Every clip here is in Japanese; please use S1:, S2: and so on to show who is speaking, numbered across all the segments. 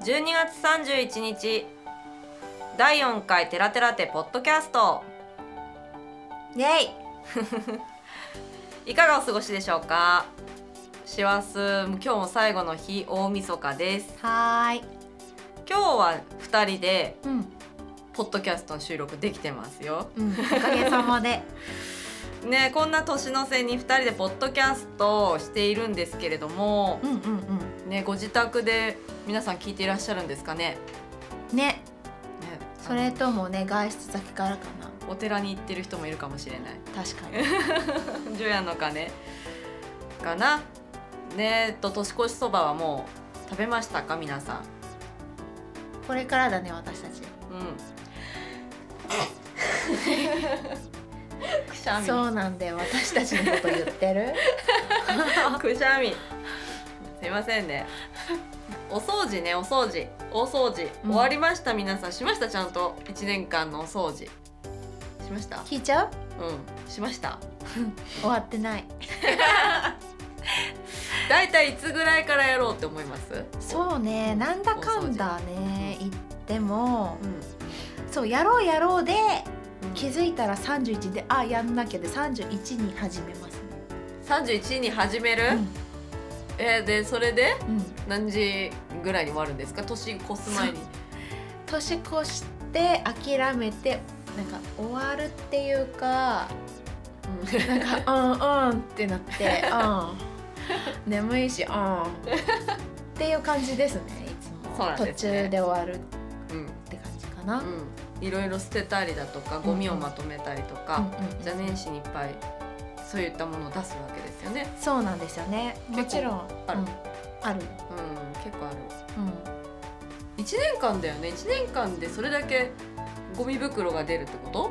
S1: 12月31日第4回テラテラテポッドキャスト
S2: イエ
S1: いかがお過ごしでしょうか師走今日も最後の日大晦日です
S2: はーい
S1: 今日は2人で
S2: うん
S1: ポッドキャストの収録できてますよ
S2: うんおかげさまで
S1: ねこんな年の瀬に2人でポッドキャストをしているんですけれども
S2: うんうん
S1: ねご自宅で皆さん聞いていらっしゃるんですかね
S2: うんね
S1: ね
S2: それともね外出先からかな
S1: お寺に行ってる人もいるかもしれない
S2: 確か に
S1: 除夜の鐘かなねえっと年越しそばはもう食べましたか皆さん
S2: これからだね私たち
S1: うんくしゃみ
S2: そうなんだよ私たちのこと言って る
S1: くしゃみすいませんねお掃除ねお掃除お掃除、
S2: うん
S1: 終わりました皆さんしましたちゃんと1年間のお掃除しました
S2: 聞いちゃう
S1: うんしました
S2: 終わってない
S1: だいたいいつぐらいからやろうって思います
S2: そうねなんだかんだね言っても
S1: うん
S2: そうやろうやろうで
S1: うん
S2: 気づいたら31であやんなきゃで31に始めます
S1: 31に始める、
S2: ね
S1: えーでそれで
S2: うん、うん、
S1: 何時ぐらいに終わるんですか年越す前に
S2: 年越して諦めてなんか終わるっていうか
S1: うん
S2: なんかうんうんってな ってうん眠いしうんっていう感じですねいつも
S1: そうなんで
S2: 途
S1: すね
S2: 中で終わるっ
S1: うん
S2: て感じかな、うん
S1: うんいろいろ捨てたりだとかゴミをまとめたりとか、
S2: うんうん
S1: じゃあ年始にいっぱいそういったものを出すわけですよね。
S2: そうなんですよねもちろん
S1: ある
S2: うんある
S1: うん、結構ある。
S2: うん
S1: 一年間だよね。一年間でそれだけゴミ袋が出るってこと？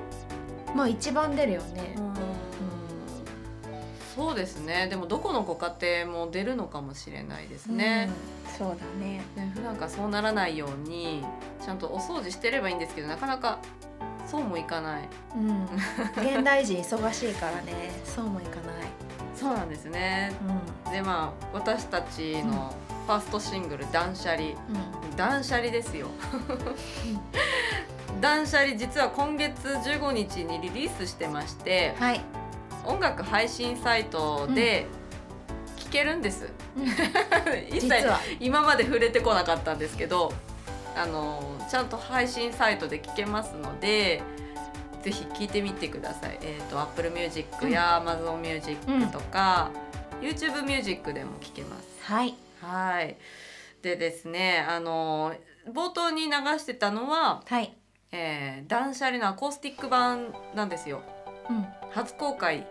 S2: まあ一番出るよね、
S1: ん。そうですね。でもどこのご家庭も出るのかもしれないですね。
S2: うんそうだね
S1: ね普段からそうならないようにちゃんとお掃除してればいいんですけどなかなかそうもいかない。
S2: うん現代人忙しいからねそうもいかない、
S1: そうなんですね。
S2: う
S1: でまあ私たちのファーストシングル「断捨離」
S2: んうん、
S1: 断捨離です よ断捨離実は今月15日にリリースしてまして
S2: はい
S1: 音楽配信サイトで聴けるんです、
S2: うん
S1: 一
S2: 実
S1: 切
S2: は
S1: 今まで触れてこなかったんですけどあのちゃんと配信サイトで聴けますのでぜひ聴いてみてください、えー、と Apple Music や AmazonMusic とか、YouTubeMusic でも聴けます
S2: はい
S1: はい。でですね、あの冒頭に流してたのは、
S2: はい、
S1: えー、断捨離のアコースティック版なんですよ。
S2: うん、
S1: 初公開。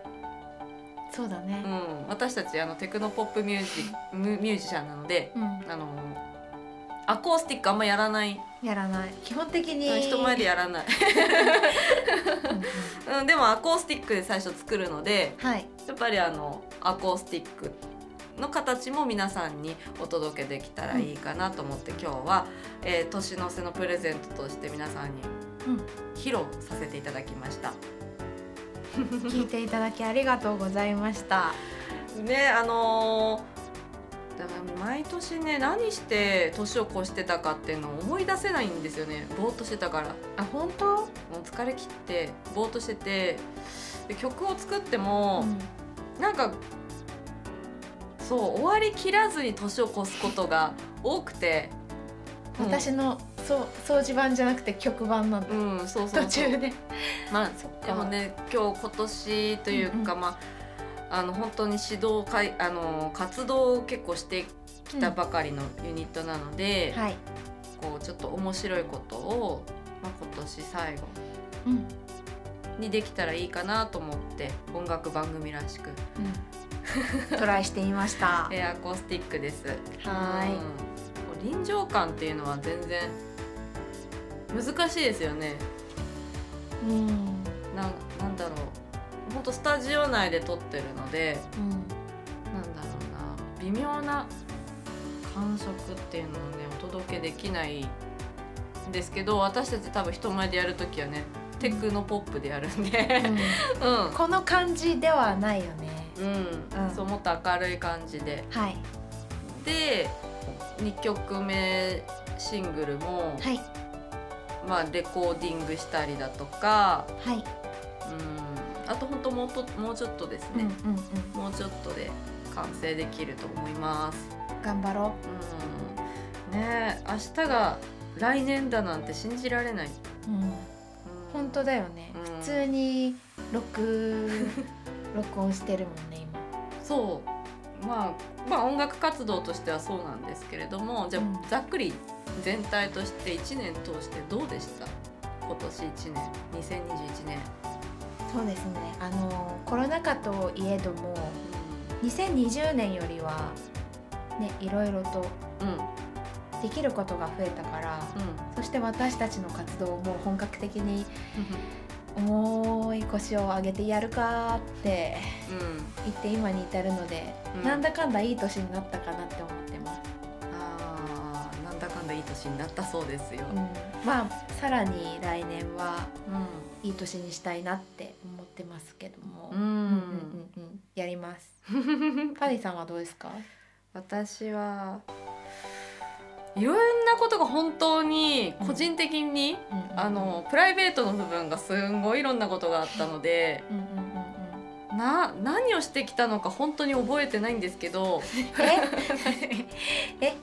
S2: そうだ
S1: う
S2: ね、
S1: ん、私たちあのテクノポップミュージミュミュージシャンなので、
S2: うん
S1: あのアコースティックあんまやらない、
S2: やらない基本的に
S1: 人前でやら ない、
S2: うんうん
S1: うん、でもアコースティックで最初作るので
S2: はい
S1: やっぱりあのアコースティックの形も皆さんにお届けできたらいいかなと思って、今日は、えー年の瀬のプレゼントとして皆さんに披露させていただきました。
S2: 聞いていただきありがとうございました
S1: ねあのーだから毎年ね何して年を越してたかっていうのを思い出せないんですよねぼーっとしてたから
S2: あ本当、
S1: もう疲れ切ってぼーっとしててで曲を作っても、なんかそう終わり切らずに年を越すことが多くて、うん
S2: 私のそう掃除版じゃなくて曲版なんだ、
S1: うん、そうそうそう
S2: 途中で
S1: ま
S2: そっ
S1: あでもね今日今年というか、
S2: う
S1: まああの本当に指導会あの活動を結構してきたばかりのユニットなので、
S2: はい、
S1: こうちょっと面白いことを、まあ、今年最後
S2: うん
S1: にできたらいいかなと思って音楽番組らしく、
S2: うん、トライしてみま した
S1: えーアコースティックです。
S2: はーい
S1: うん臨場感っていうのは全然難しいですよね。
S2: うん
S1: なんなんだろう本当スタジオ内で撮ってるので
S2: うん
S1: なんだろうな微妙な感触っていうのをねお届けできないんですけど私たち多分人前でやる時はねテクノポップでやるんで
S2: うん
S1: うん、
S2: この感じではないよね
S1: うん
S2: うん
S1: そうもっと明るい感じで
S2: はい
S1: で2曲目シングルも、
S2: はい
S1: まあ、レコーディングしたりだとか
S2: はい
S1: うんあと本当もうともうちょっとです
S2: うんう
S1: ね
S2: ん、うん
S1: もうちょっとで完成できると思います。
S2: 頑張ろ
S1: うんねえ明日が来年だなんて信じられない。
S2: う、うん、本当だよね、
S1: うん
S2: 普通に録録音してるもんね
S1: そうまあまあ音楽活動としてはそうなんですけれどもじゃあ、
S2: うん
S1: ざっくり全体として1年通してどうでした今年1年2021年、
S2: 今そうですねあのコロナ禍といえども2020年よりはねいろいろと
S1: うんうん
S2: できることが増えたからそして私たちの活動も本格的に重い腰を上げてやるかって言って今に至るので、
S1: うん
S2: なんだかんだいい年になったかなって思ってます、
S1: あーなんだかんだいい年になったそうですよ。
S2: うんまあさらに来年は
S1: う
S2: いい年にしたいなって思ってますけども、
S1: ん、うん
S2: うんうんうんうんやります。パリさんはどうですか？
S1: 私はいろんなことが本当に個人的に、あのプライベートの部分がすんごいいろんなことがあったので
S2: うんうんうんうん。
S1: な何をしてきたのか本当に覚えてないんですけど
S2: ええ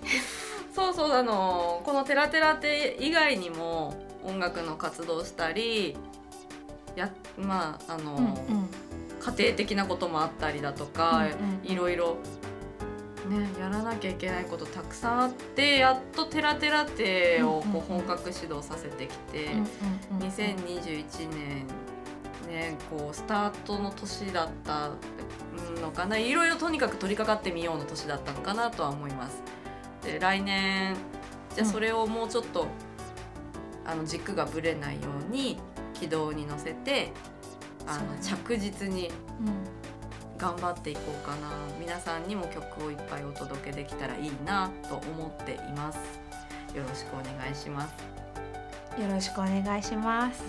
S1: そうそうあのこの「テラテラテ」以外にも音楽の活動したりやまああの、
S2: うんうん
S1: 家庭的なこともあったりだとか、
S2: うんうん
S1: いろいろ。ね、やらなきゃいけないことたくさんあってやっと「テラテラテ」
S2: うんう
S1: を
S2: んう
S1: こ
S2: ん
S1: う本格指導させてきて、
S2: うんうんうん
S1: 2021年ねこうスタートの年だったのかないろいろとにかく取り掛かってみようの年だったのかなとは思います。で来年じゃあ
S2: うん
S1: それをもうちょっと、あの軸がぶれないように軌道に乗せてあの、
S2: そうだね
S1: 着実に
S2: うん
S1: 頑張っていこうかな皆さんにも曲をいっぱいお届けできたらいいなと思っています。よろしくお願いします
S2: よろしくお願いします。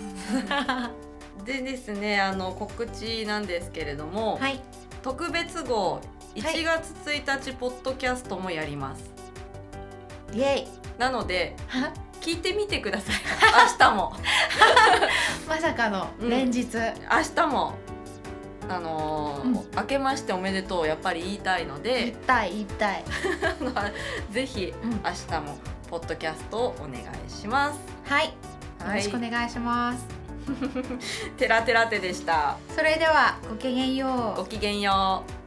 S1: でですねあの告知なんですけれども、
S2: はい。
S1: 特別号
S2: はい
S1: 1月1日ポッドキャストもやります、
S2: イエイ。
S1: なので
S2: は
S1: 聞いてみてください明日も
S2: まさかの
S1: うん
S2: 連日。
S1: 明日もあのー
S2: う
S1: 明けましておめでとうをやっぱり言いたいの
S2: 一
S1: で
S2: 体一体。
S1: あの ぜひ
S2: うん
S1: 明日もポッドキャストをお願いします
S2: はい。よ
S1: は
S2: ろ
S1: い
S2: しくお願いします。
S1: テラテラテでした
S2: それではごきげんよう
S1: ご。きげんよう